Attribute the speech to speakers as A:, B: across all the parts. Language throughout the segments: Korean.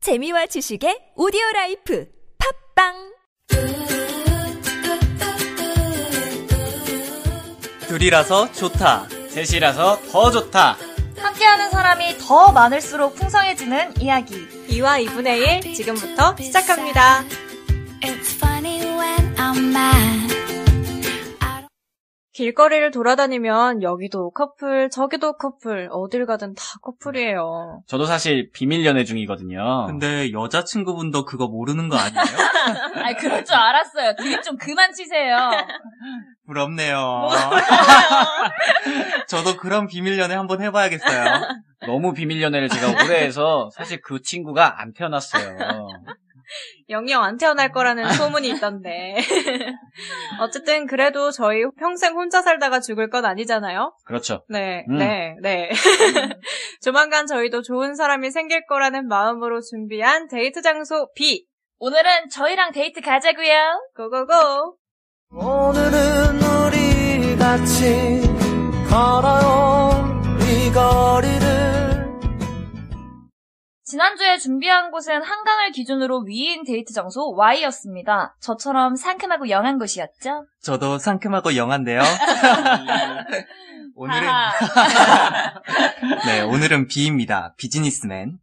A: 재미와 지식의 오디오 라이프 팝빵
B: 둘이라서 좋다. 셋이라서 더 좋다.
C: 함께하는 사람이 더 많을수록 풍성해지는 이야기.
D: 2와 2분의 1 지금부터 시작합니다.
E: It's funny when I'm mad.
D: 길거리를 돌아다니면 여기도 커플, 저기도 커플, 어딜 가든 다 커플이에요.
F: 저도 사실 비밀 연애
C: 어.
F: 중이거든요.
B: 근데 여자친구분도 그거 모르는 거 아니에요?
C: 아, 그럴 줄 알았어요. 드립 좀 그만 치세요.
B: 부럽네요. 저도 그런 비밀 연애 한번 해봐야겠어요.
F: 너무 비밀 연애를 제가 오래 해서 사실 그 친구가 안 태어났어요.
D: 영영 안 태어날
C: 음.
D: 거라는 소문이 있던데. 어쨌든 그래도 저희 평생 혼자 살다가 죽을 건 아니잖아요?
F: 그렇죠.
D: 네,
F: 음.
D: 네, 네. 조만간 저희도 좋은 사람이 생길 거라는 마음으로 준비한 데이트 장소 B.
C: 오늘은 저희랑 데이트 가자고요.
D: 고고고!
G: 오늘은 우리 같이 걸어요 이 거리를
C: 지난주에 준비한 곳은 한강을 기준으로 위인 데이트 장소 Y였습니다. 저처럼 상큼하고 영한 곳이었죠?
B: 저도 상큼하고 영한데요. 오늘은
C: 하하.
B: 네 오늘은 B입니다. 비즈니스맨.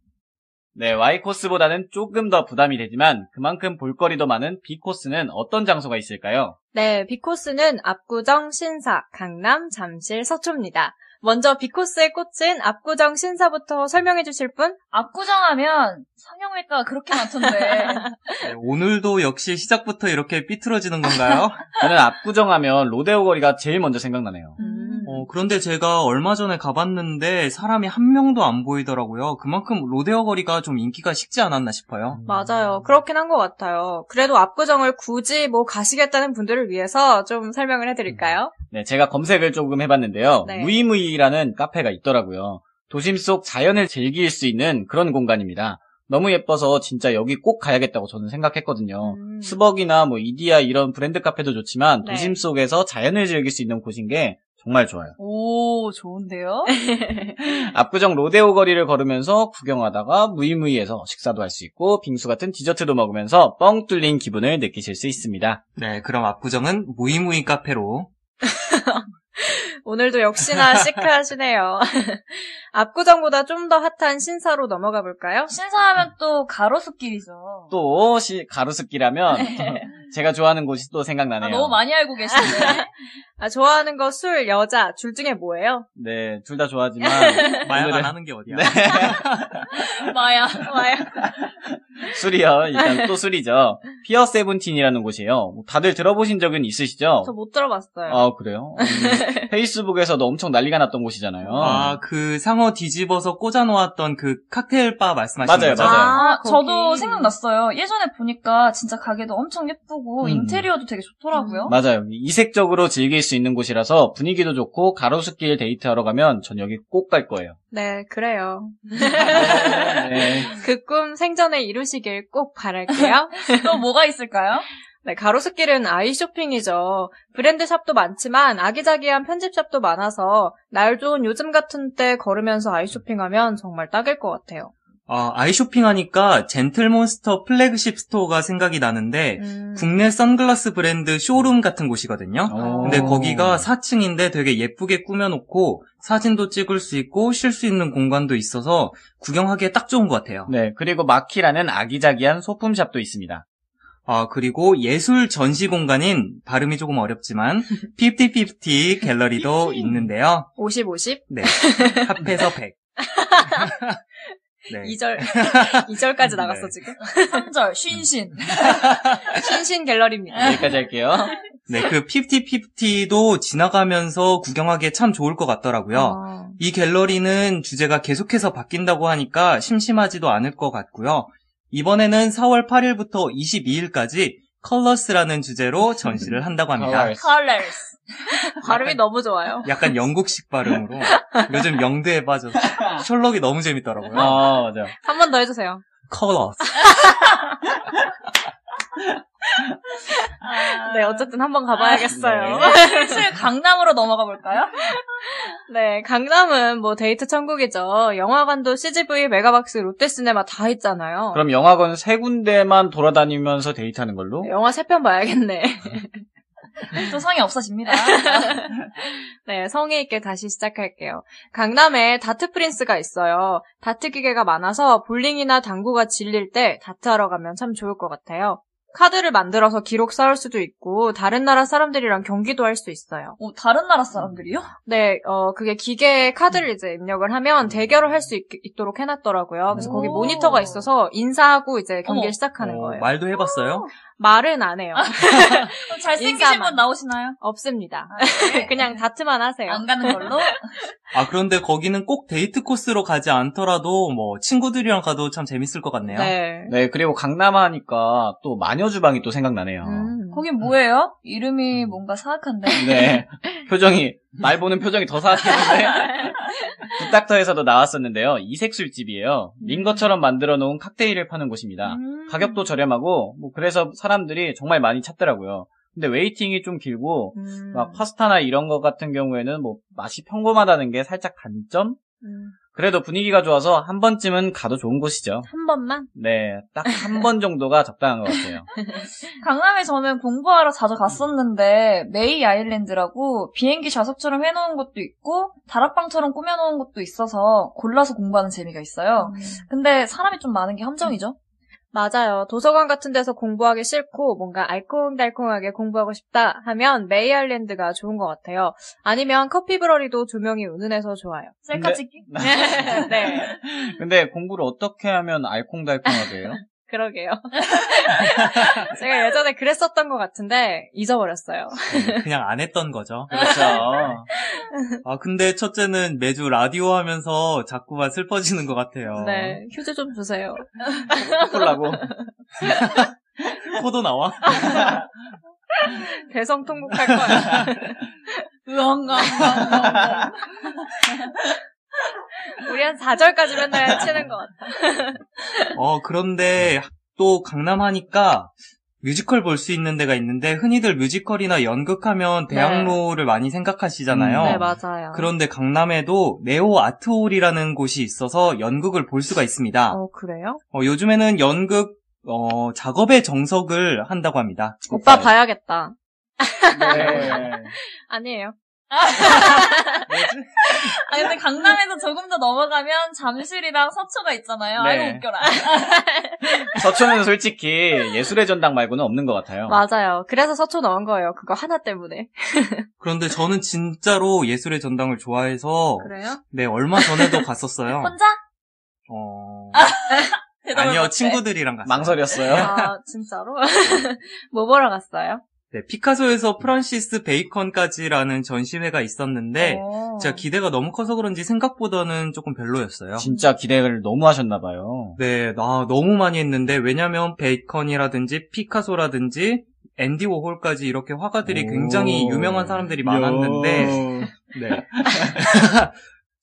F: 네, Y 코스보다는 조금 더 부담이 되지만 그만큼 볼거리도 많은 B 코스는 어떤 장소가 있을까요?
D: 네, 비코스는 압구정, 신사, 강남, 잠실, 서초입니다. 먼저 비코스의 꽃인 압구정 신사부터 설명해 주실 분?
C: 압구정하면 성형외과가 그렇게 많던데.
B: 네, 오늘도 역시 시작부터 이렇게 삐뚤어지는 건가요?
F: 저는 압구정하면 로데오 거리가 제일 먼저 생각나네요.
C: 음.
B: 어, 그런데 제가 얼마 전에 가봤는데 사람이 한 명도 안 보이더라고요. 그만큼 로데오 거리가 좀 인기가 식지 않았나 싶어요.
D: 맞아요. 그렇긴 한 것 같아요. 그래도 압구정을 굳이 뭐 가시겠다는 분들을 위해서 좀 설명을 해드릴까요?
F: 네, 제가 검색을 조금 해봤는데요.
D: 네.
F: 무이무이라는 카페가 있더라고요. 도심 속 자연을 즐길 수 있는 그런 공간입니다. 너무 예뻐서 진짜 여기 꼭 가야겠다고 저는 생각했거든요.
D: 음.
F: 스벅이나 뭐 이디야 이런 브랜드 카페도 좋지만
D: 네.
F: 도심 속에서 자연을 즐길 수 있는 곳인 게 정말 좋아요.
C: 오, 좋은데요?
F: 압구정 로데오 거리를 걸으면서 구경하다가 무이무이에서 식사도 할 수 있고 빙수 같은 디저트도 먹으면서 뻥 뚫린 기분을 느끼실 수 있습니다.
B: 네, 그럼 압구정은 무이무이 카페로.
D: 오늘도 역시나 시크하시네요. 압구정보다 좀 더 핫한 신사로 넘어가 볼까요?
C: 신사하면 또 가로수길이죠.
F: 또 시- 가로수길하면 제가 좋아하는 곳이 또
C: 네. 아,
F: 생각나네요.
C: 너무 많이 알고 계신데.
D: 아, 좋아하는 거 술, 여자, 둘 중에 뭐예요?
F: 네, 둘 다 좋아하지만
B: 마약 안
F: 오늘은-
B: 하는 게 어디야?
F: 네.
C: 마야.
D: 와요.
F: 술이요. 일단 또 술이죠. 피어 세븐틴이라는 곳이에요. 뭐 다들 들어보신 적은 있으시죠?
D: 저 못 들어봤어요.
F: 아 그래요? 음, 페이스북에서도 엄청 난리가 났던 곳이잖아요.
B: 아, 그 상어 뒤집어서 꽂아놓았던 그 칵테일 바 말씀하시는
F: 맞아요,
B: 거죠?
F: 맞아요.
C: 아,
D: 거기.
C: 저도 생각났어요. 예전에 보니까 진짜 가게도 엄청 예쁘고
F: 음.
C: 인테리어도 되게 좋더라고요.
F: 맞아요. 이색적으로 즐길 수 있는 곳이라서 분위기도 좋고 가로수길 데이트하러 가면 전 여기 꼭 갈 거예요.
D: 네, 그래요.
F: 네.
D: 그 꿈 생전에 이루시길 꼭 바랄게요.
C: 또 뭐가 있을까요?
D: 네, 가로수길은 아이쇼핑이죠. 브랜드샵도 많지만 아기자기한 편집샵도 많아서 날 좋은 요즘 같은 때 걸으면서 아이쇼핑하면 정말 딱일 것 같아요.
B: 아, 아이쇼핑 하니까 젠틀몬스터 플래그십 스토어가 생각이 나는데
D: 음.
B: 국내 선글라스 브랜드 쇼룸 같은 곳이거든요.
F: 오.
B: 근데 거기가 4층인데 되게 예쁘게 꾸며놓고 사진도 찍을 수 있고 쉴 수 있는 공간도 있어서 구경하기에 딱 좋은 것 같아요.
F: 네, 그리고 마키라는 아기자기한 소품샵도 있습니다.
B: 아, 그리고 예술 전시 공간인 발음이 조금 어렵지만 50-50 갤러리도 있는데요.
D: 50, 50?
B: 네. 합해서 100. 네.
D: 2절. 2절까지 나갔어,
B: 네.
D: 지금.
C: 3절, 쉰신.
D: 신신 갤러리입니다.
F: 여기까지 할게요.
B: 네, 그 50-50도 지나가면서 구경하기에 참 좋을 것 같더라고요.
D: 아,
B: 이 갤러리는 주제가 계속해서 바뀐다고 하니까 심심하지도 않을 것 같고요. 이번에는 4월 8일부터 22일까지 컬러스라는 주제로 전시를 한다고 합니다.
F: Colours.
C: Colors.
D: 발음이 너무 좋아요.
B: 약간 영국식 발음으로 요즘 영대에 빠져서 셜록이 너무
F: 어,
B: 재밌더라고요.
F: 아, 맞아요.
D: 한 번 더 해주세요.
B: 컬러스.
C: 아,
D: 네, 어쨌든 한번 가봐야겠어요.
F: 네.
C: 슬슬 강남으로 넘어가 볼까요?
D: 네, 강남은 뭐 데이트 천국이죠. 영화관도 CGV, 메가박스, 롯데시네마 다 있잖아요.
F: 그럼 영화관 세 군데만 돌아다니면서 데이트하는 걸로?
D: 영화 세 편 봐야겠네.
C: 또 성이 없어집니다.
D: 네, 성의 있게 다시 시작할게요. 강남에 다트 프린스가 있어요. 다트 기계가 많아서 볼링이나 당구가 질릴 때 다트하러 가면 참 좋을 것 같아요. 카드를 만들어서 기록 쌓을 수도 있고 다른 나라 사람들이랑 경기도 할 수 있어요.
C: 어, 다른 나라 사람들이요?
D: 네, 어 그게 기계에 카드를
C: 음.
D: 이제 입력을 하면 대결을 할 수 있도록 해놨더라고요. 그래서 거기
C: 오.
D: 모니터가 있어서 인사하고 이제 경기를
C: 어머.
D: 시작하는
B: 어,
D: 거예요.
B: 말도 해봤어요?
D: 말은 안
C: 아.
D: 해요.
C: 그럼 어, 잘생기신
D: 인사만.
C: 분 나오시나요?
D: 없습니다.
C: 아, 네.
D: 그냥 다트만 하세요.
C: 안 가는 걸로?
B: 아, 그런데 거기는 꼭 데이트 코스로 가지 않더라도 뭐 친구들이랑 가도 참 재밌을 것 같네요.
D: 네.
F: 네, 그리고 강남 하니까 또 마녀 주방이 또 생각나네요.
D: 음.
C: 거긴 뭐예요? 이름이 뭔가 사악한데.
F: 네. 표정이, 말 보는 표정이 더 사악했는데. 부탁터에서도 나왔었는데요. 이색술집이에요.
D: 음.
F: 링거처럼 만들어 놓은 칵테일을 파는 곳입니다.
C: 음.
F: 가격도 저렴하고, 뭐, 그래서 사람들이 정말 많이 찾더라고요. 근데 웨이팅이 좀 길고,
D: 음.
F: 막 파스타나 이런 것 같은 경우에는 뭐, 맛이 평범하다는 게 살짝 단점?
D: 음.
F: 그래도 분위기가 좋아서 한 번쯤은 가도 좋은 곳이죠.
D: 한 번만?
F: 네. 딱 한 번 정도가 적당한 것 같아요.
C: 강남에 저는 공부하러 자주 갔었는데 메이 아일랜드라고 뭐 비행기 좌석처럼 해놓은 것도 있고 다락방처럼 꾸며놓은 것도 있어서 골라서 공부하는 재미가 있어요. 근데 사람이 좀 많은 게 함정이죠.
D: 맞아요. 도서관 같은 데서 공부하기 싫고 뭔가 알콩달콩하게 공부하고 싶다 하면 메이아일랜드가 좋은 것 같아요. 아니면 커피브러리도 조명이 은은해서 좋아요.
C: 셀카
F: 근데-
C: 찍기?
D: 네,
F: 근데 공부를 어떻게 하면 알콩달콩하게 해요?
D: 그러게요. 제가 예전에 그랬었던 것 같은데 잊어버렸어요.
B: 그냥 안 했던 거죠.
F: 그렇죠.
B: 아, 근데 첫째는 매주 라디오 하면서 자꾸만 슬퍼지는 것 같아요.
D: 네, 휴지 좀 주세요.
F: 콜라고
B: 코도 나와?
D: 대성 통곡할 거야.
C: 으엉엉엉엉.
D: 우리 한 4절까지 맨날 치는 것 같아.
B: 어, 그런데 또 강남 하니까 뮤지컬 볼 수 있는 데가 있는데 흔히들 뮤지컬이나 연극하면 대학로를 많이 생각하시잖아요.
F: 음, 네,
D: 맞아요.
B: 그런데 강남에도 네오 아트홀이라는 곳이 있어서 연극을 볼 수가 있습니다.
D: 어, 그래요?
B: 어, 요즘에는 연극 어, 작업의 정석을 한다고 합니다.
D: 오빠 봐야겠다.
F: 네.
D: 아니에요.
C: 아 근데 강남에서 조금 더 넘어가면 잠실이랑 서초가 있잖아요.
F: 네.
C: 아이고 웃겨라.
F: 서초는 솔직히 예술의 전당 말고는 없는 것 같아요.
D: 맞아요. 그래서 서초 넣은 거예요. 그거 하나 때문에.
B: 그런데 저는 진짜로 예술의 전당을 좋아해서
D: 그래요?
B: 네 얼마 전에도 갔었어요.
C: 혼자? 아,
B: 어,
C: 대답을
B: 아니요
C: 못해.
B: 친구들이랑 갔어요.
F: 망설였어요.
D: 아, 진짜로? 뭐 보러 갔어요?
B: 네, 피카소에서 프란시스 베이컨까지라는 전시회가 있었는데
C: 어.
D: 오.
B: 제가 기대가 너무 커서 그런지 생각보다는 조금 별로였어요.
F: 진짜 기대를 너무 하셨나 봐요.
B: 네, 나 너무 많이 했는데 왜냐면 베이컨이라든지 피카소라든지 앤디 워홀까지 이렇게 화가들이
F: 오.
B: 굉장히 유명한 사람들이 많았는데
F: 요.
B: 네.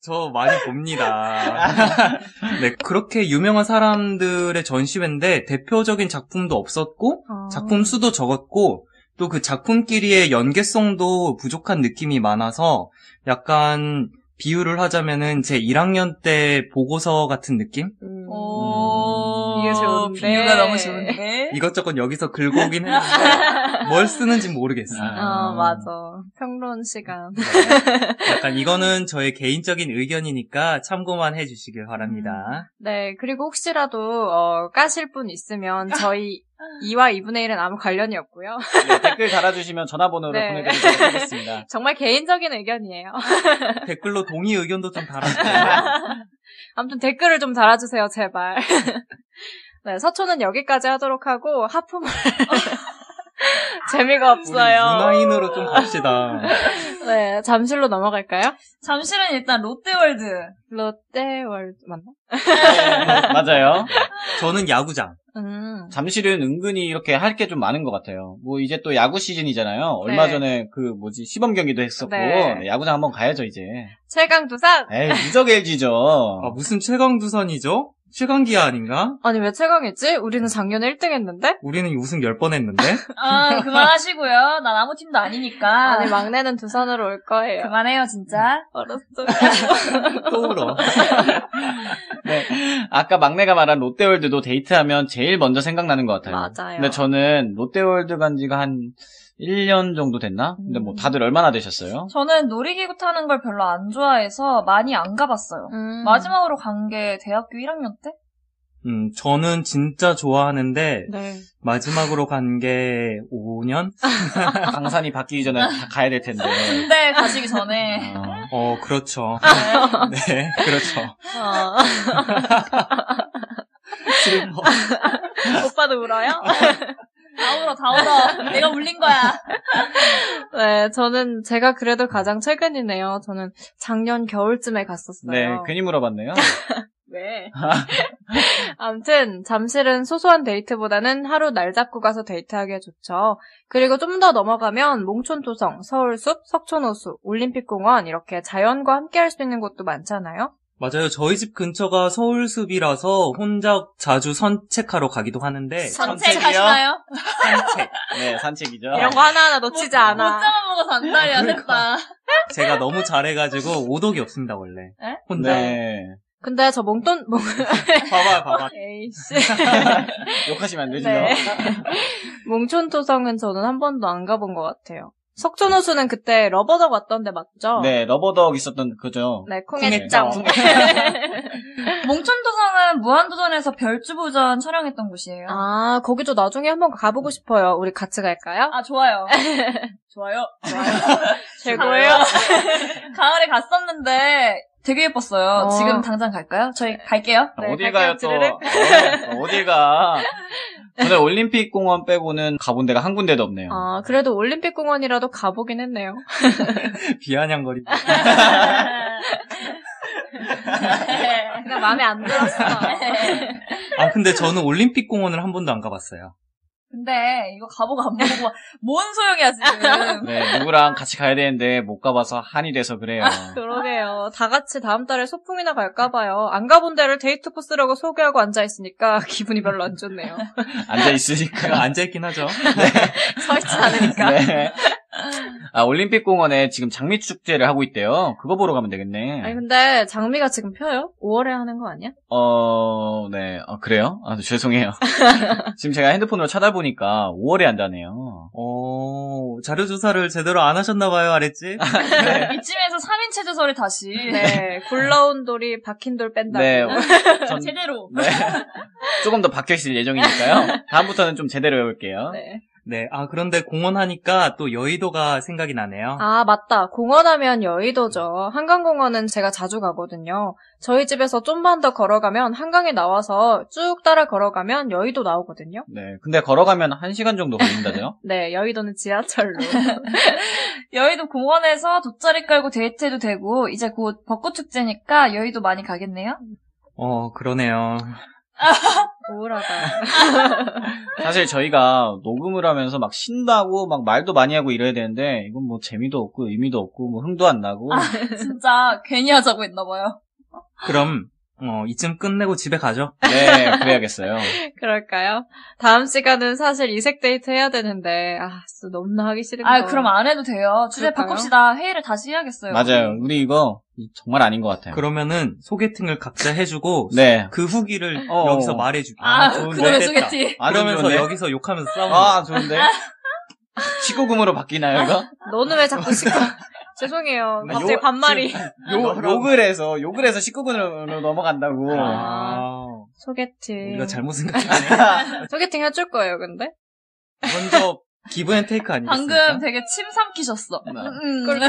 B: 저 많이 봅니다. 네, 그렇게 유명한 사람들의 전시회인데 대표적인 작품도 없었고
D: 어.
B: 작품 수도 적었고 또 그 작품끼리의 연계성도 부족한 느낌이 많아서 약간 비유를 하자면은 제 1학년 때 보고서 같은 느낌? 음.
D: 음.
C: 오,
D: 이게 좋은데.
C: 어, 비유가 너무 좋은데.
B: 이것저것 여기서 긁어오긴 했는데 뭘 쓰는지 모르겠어요.
C: 음.
D: 아, 맞아. 평론 시간.
B: 약간 이거는 저의 개인적인 의견이니까 참고만 해주시길 바랍니다.
D: 네, 그리고 혹시라도, 어, 까실 분 있으면 저희 2와 2분의 1은 아무 관련이 없고요.
F: 네, 댓글 달아주시면 전화번호를
D: 네.
F: 보내드리도록 하겠습니다.
D: 정말 개인적인 의견이에요.
B: 댓글로 동의 의견도 좀 달아주세요.
D: 아무튼 댓글을 좀 달아주세요, 제발. 네, 서초는 여기까지 하도록 하고, 하품을. 재미가
B: 우리
D: 없어요.
B: 문화인으로 좀 갑시다.
D: 네, 잠실로 넘어갈까요?
C: 잠실은 일단 롯데월드.
D: 롯데월드, 맞나?
F: 네, 맞아요.
B: 저는 야구장.
D: 음.
F: 잠실은 은근히 이렇게 할 게 좀 많은 것 같아요. 뭐 이제 또 야구 시즌이잖아요. 얼마
D: 네.
F: 전에 그 뭐지 시범 경기도 했었고
D: 네.
F: 네, 야구장 한번 가야죠 이제.
D: 최강 두산!
F: 에이 무적 LG죠.
B: 어, 아, 무슨 최강 두산이죠? 최강기야 아닌가?
D: 아니, 왜 최강이지? 우리는 작년에 1등 했는데?
B: 우리는 우승 10번 했는데?
C: 아, 그만하시고요. 난 아무 팀도 아니니까. 네.
D: 아니, 막내는 두산으로 올 거예요.
C: 그만해요, 진짜.
D: 알았어.
B: 또 울어.
F: 네. 아까 막내가 말한 롯데월드도 데이트하면 제일 먼저 생각나는 것 같아요.
D: 맞아요.
F: 근데 저는 롯데월드 간 지가 한 1년 정도 됐나? 근데
D: 음.
F: 뭐 다들 얼마나 되셨어요?
C: 저는 놀이기구 타는 걸 별로 안 좋아해서 많이 안 가봤어요.
D: 음.
C: 마지막으로 간 게 대학교 1학년 때?
B: 음, 저는 진짜 좋아하는데,
D: 네.
B: 마지막으로 간 게 5년?
F: 강산이 바뀌기 전에 다 가야 될 텐데.
C: 군대 네, 가시기 전에.
F: 어.
B: 어, 그렇죠.
C: 네.
B: 네, 그렇죠.
D: 어.
B: 슬퍼.
D: 오빠도 울어요?
C: 다 울어, 다 울어. 내가 울린 거야.
D: 네, 저는 제가 그래도 가장 최근이네요. 저는 작년 겨울쯤에 갔었어요.
F: 네, 괜히 물어봤네요.
D: 왜? 아무튼 잠실은 소소한 데이트보다는 하루 날 잡고 가서 데이트하기에 좋죠. 그리고 좀 더 넘어가면 몽촌토성, 서울숲, 석촌호수, 올림픽공원 이렇게 자연과 함께할 수 있는 곳도 많잖아요.
B: 맞아요. 저희 집 근처가 서울숲이라서 혼자 자주 산책하러 가기도 하는데,
C: 산책
F: 산책이요?
C: 가시나요?
B: 산책.
F: 네, 산책이죠.
D: 이런 거 하나하나 놓치지 않아.
C: 못 잡아먹어서 안달이 안
F: 그러니까.
C: 됐다.
B: 제가 너무 잘해가지고 오독이 없습니다, 원래.
C: 에?
B: 혼자.
F: 네.
D: 근데 저 몽돈 몽
B: 봐봐, 봐봐.
D: 에이씨.
F: 욕하시면 안 되죠.
D: 네. 몽촌토성은 저는 한 번도 안 가본 것 같아요. 석촌호수는 그때 러버덕 왔던데 맞죠?
F: 네, 러버덕 있었던 그죠.
D: 네,
F: 콩애짱.
D: 콩애짱.
C: 몽촌도성은 무한도전에서 별주부전 촬영했던 곳이에요. 아,
D: 아, 거기도 나중에 한번 가보고 싶어요. 우리 같이 갈까요?
C: 좋아요. 좋아요.
D: 최고예요.
C: 가을에 갔었는데 되게 예뻤어요.
D: 어.
C: 지금 당장 갈까요? 저희 갈게요.
D: 네,
F: 아, 어딜 가요
D: 갈게요,
F: 또?
D: 찌르륵.
F: 어, 어딜 가? 오늘 올림픽 공원 빼고는 가본 데가 한 군데도 없네요.
D: 아, 그래도 올림픽공원이라도 가보긴 했네요.
B: 비아냥거리.
D: 그냥 마음에 안 들었어.
B: 아, 근데 저는 올림픽 공원을 한 번도 안 가봤어요.
C: 근데 이거 가보고 안 보고 뭔 소용이야 지금.
F: 네, 누구랑 같이 가야 되는데 못 가봐서 한이 돼서 그래요.
D: 그러게요. 다 같이 다음 달에 소풍이나 갈까봐요. 안 가본 데를 데이트 코스라고 소개하고 앉아있으니까 기분이 별로 안 좋네요.
F: 앉아 있으니까.
B: 앉아있긴 하죠.
D: 서있진 않으니까.
F: 네. 아, 올림픽 공원에 지금 장미 축제를 하고 있대요. 그거 보러 가면 되겠네.
D: 아니, 근데 장미가 지금 펴요? 5월에 하는 거 아니야?
F: 어, 네. 아, 그래요? 아, 죄송해요. 지금 제가 핸드폰으로 찾아보니까 5월에 한다네요.
B: 어, 자료조사를 제대로 안 하셨나봐요, 아랬지?
C: 이쯤에서 3인 체조 소리 다시.
D: 네, 굴러온 돌이 박힌 돌 뺀다고.
F: 네. 전,
C: 제대로.
F: 네. 조금 더 박혀있을 예정이니까요. 다음부터는 좀 제대로 해볼게요.
D: 네.
B: 네, 아, 그런데 공원 하니까 또 여의도가 생각이 나네요.
D: 아, 맞다. 공원하면 여의도죠. 한강공원은 제가 자주 가거든요. 저희 집에서 좀만 더 걸어가면 한강에 나와서 쭉 따라 걸어가면 여의도 나오거든요.
F: 네. 근데 걸어가면 1시간 정도 걸린다죠?
D: 네, 여의도는 지하철로.
C: 여의도 공원에서 돗자리 깔고 데이트해도 되고 이제 곧 벚꽃 축제니까 여의도 많이 가겠네요.
B: 어, 그러네요.
D: 우울하다.
F: 사실 저희가 녹음을 하면서 막 신나고 막 말도 많이 하고 이래야 되는데 이건 뭐 재미도 없고 의미도 없고 뭐 흥도 안 나고
C: 진짜 괜히 하자고 했나 봐요.
B: 그럼, 어, 이쯤 끝내고 집에 가죠.
F: 네 그래야겠어요.
D: 그럴까요? 다음 시간은 사실 이색 데이트 해야 되는데, 아, 진짜 너무나 하기 싫은 거.
C: 아 그럼 안 해도 돼요. 주제
D: 그럴까요?
C: 바꿉시다. 회의를 다시 해야겠어요.
F: 맞아요. 우리 이거 정말 아닌 것 같아요.
B: 그러면은 소개팅을 각자 해주고,
F: 네.
B: 그 후기를
F: 어.
B: 여기서 말해주기.
C: 아,
F: 좋은데.
C: 그놈의 소개팅.
F: 아,
B: 그러면서
F: 좋은데?
B: 여기서 욕하면서 싸우는
F: 아
B: 거야.
F: 좋은데. 치고금으로 바뀌나요 이거?
D: 너는 왜 자꾸 시켜? 죄송해요.
F: 나
D: 갑자기
F: 요-
D: 반말이.
F: 욕, 욕을 해서 욕을 해서 19금으로 넘어간다고.
D: 아. 소개팅.
B: 우리가 잘못 생각했네.
D: 소개팅 해줄 거예요, 근데?
B: 먼저 기브앤테이크 아니겠습니까?
C: 방금 되게 침 삼키셨어.
F: 네.
C: 음.
D: 꿀꺽.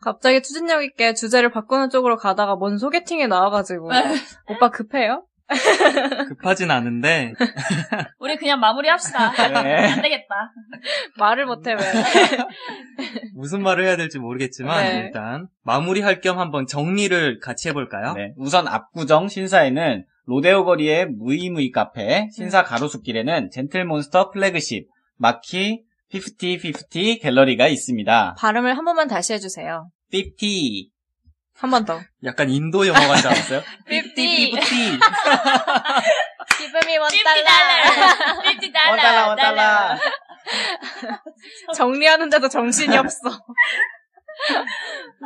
D: 갑자기 추진력 있게 주제를 바꾸는 쪽으로 가다가 뭔 소개팅에 나와가지고. 오빠 급해요?
B: 급하진 않은데
C: 우리 그냥 마무리합시다.
F: 네.
C: 안 되겠다.
D: 말을 못해, 왜.
B: 무슨 말을 해야 될지 모르겠지만
D: 네.
B: 일단 마무리할 겸 한번 정리를 같이 해볼까요?
F: 네, 우선 압구정 신사에는 로데오 거리의 무이무이 카페, 네? 신사 가로수길에는 젠틀몬스터 플래그십, 마키, 50, 50 갤러리가 있습니다.
D: 발음을 한 번만 다시 해주세요.
F: 50.
D: 한 번 더.
B: 약간 인도 영어 같지 않았어요?
D: 삐삐.
B: 삐삐.
F: 어,
D: 기쁨이
C: $50.
F: 어, 원달러, 원달러.
D: 정리하는데도 정신이 없어.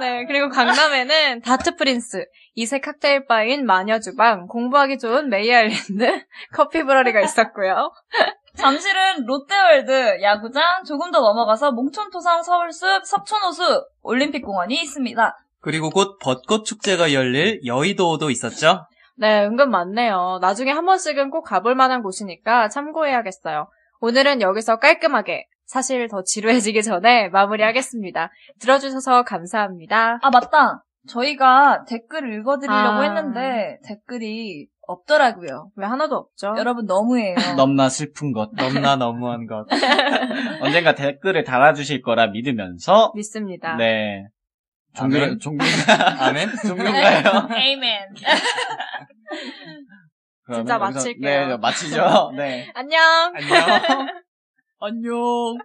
D: 네, 그리고 강남에는 다트 프린스, 이색 칵테일 바인 마녀 주방, 공부하기 좋은 메이 아일랜드, 커피 브러리가 있었고요.
C: 잠실은 롯데월드, 야구장, 조금 더 넘어가서 몽촌토성 서울숲, 석촌호수, 올림픽공원이 있습니다.
B: 그리고 곧 벚꽃 축제가 열릴 여의도도 있었죠.
D: 네, 은근 많네요. 나중에 한 번씩은 꼭 가볼 만한 곳이니까 참고해야겠어요. 오늘은 여기서 깔끔하게, 사실 더 지루해지기 전에 마무리하겠습니다. 들어주셔서 감사합니다.
C: 아, 맞다. 저희가 댓글을 읽어드리려고
D: 아.
C: 했는데 댓글이 없더라고요.
D: 왜 하나도 없죠?
C: 여러분 너무해요.
F: 넘나 슬픈 것.
B: 넘나 너무한 것.
F: 언젠가 댓글을 달아주실 거라 믿으면서
D: 믿습니다.
F: 네. 종교
D: 네.
B: 아멘.
F: 종교
B: 아멘.
F: 종교인가요?
C: 에이맨.
F: 그러면 여기서-
D: 진짜 마칠게요.
F: 네, 마치죠. 네.
D: 안녕!
B: 안녕.
F: 안녕.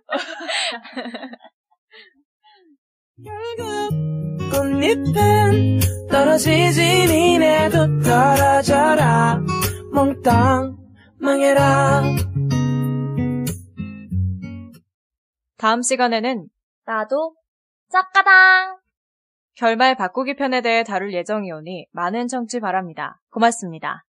G: 꽃잎은 떨어지지 니네도 떨어져라 몽땅 망해라
D: 다음 시간에는
C: 나도 짝가당.
D: 결말 바꾸기 편에 대해 다룰 예정이오니 많은 청취 바랍니다. 고맙습니다.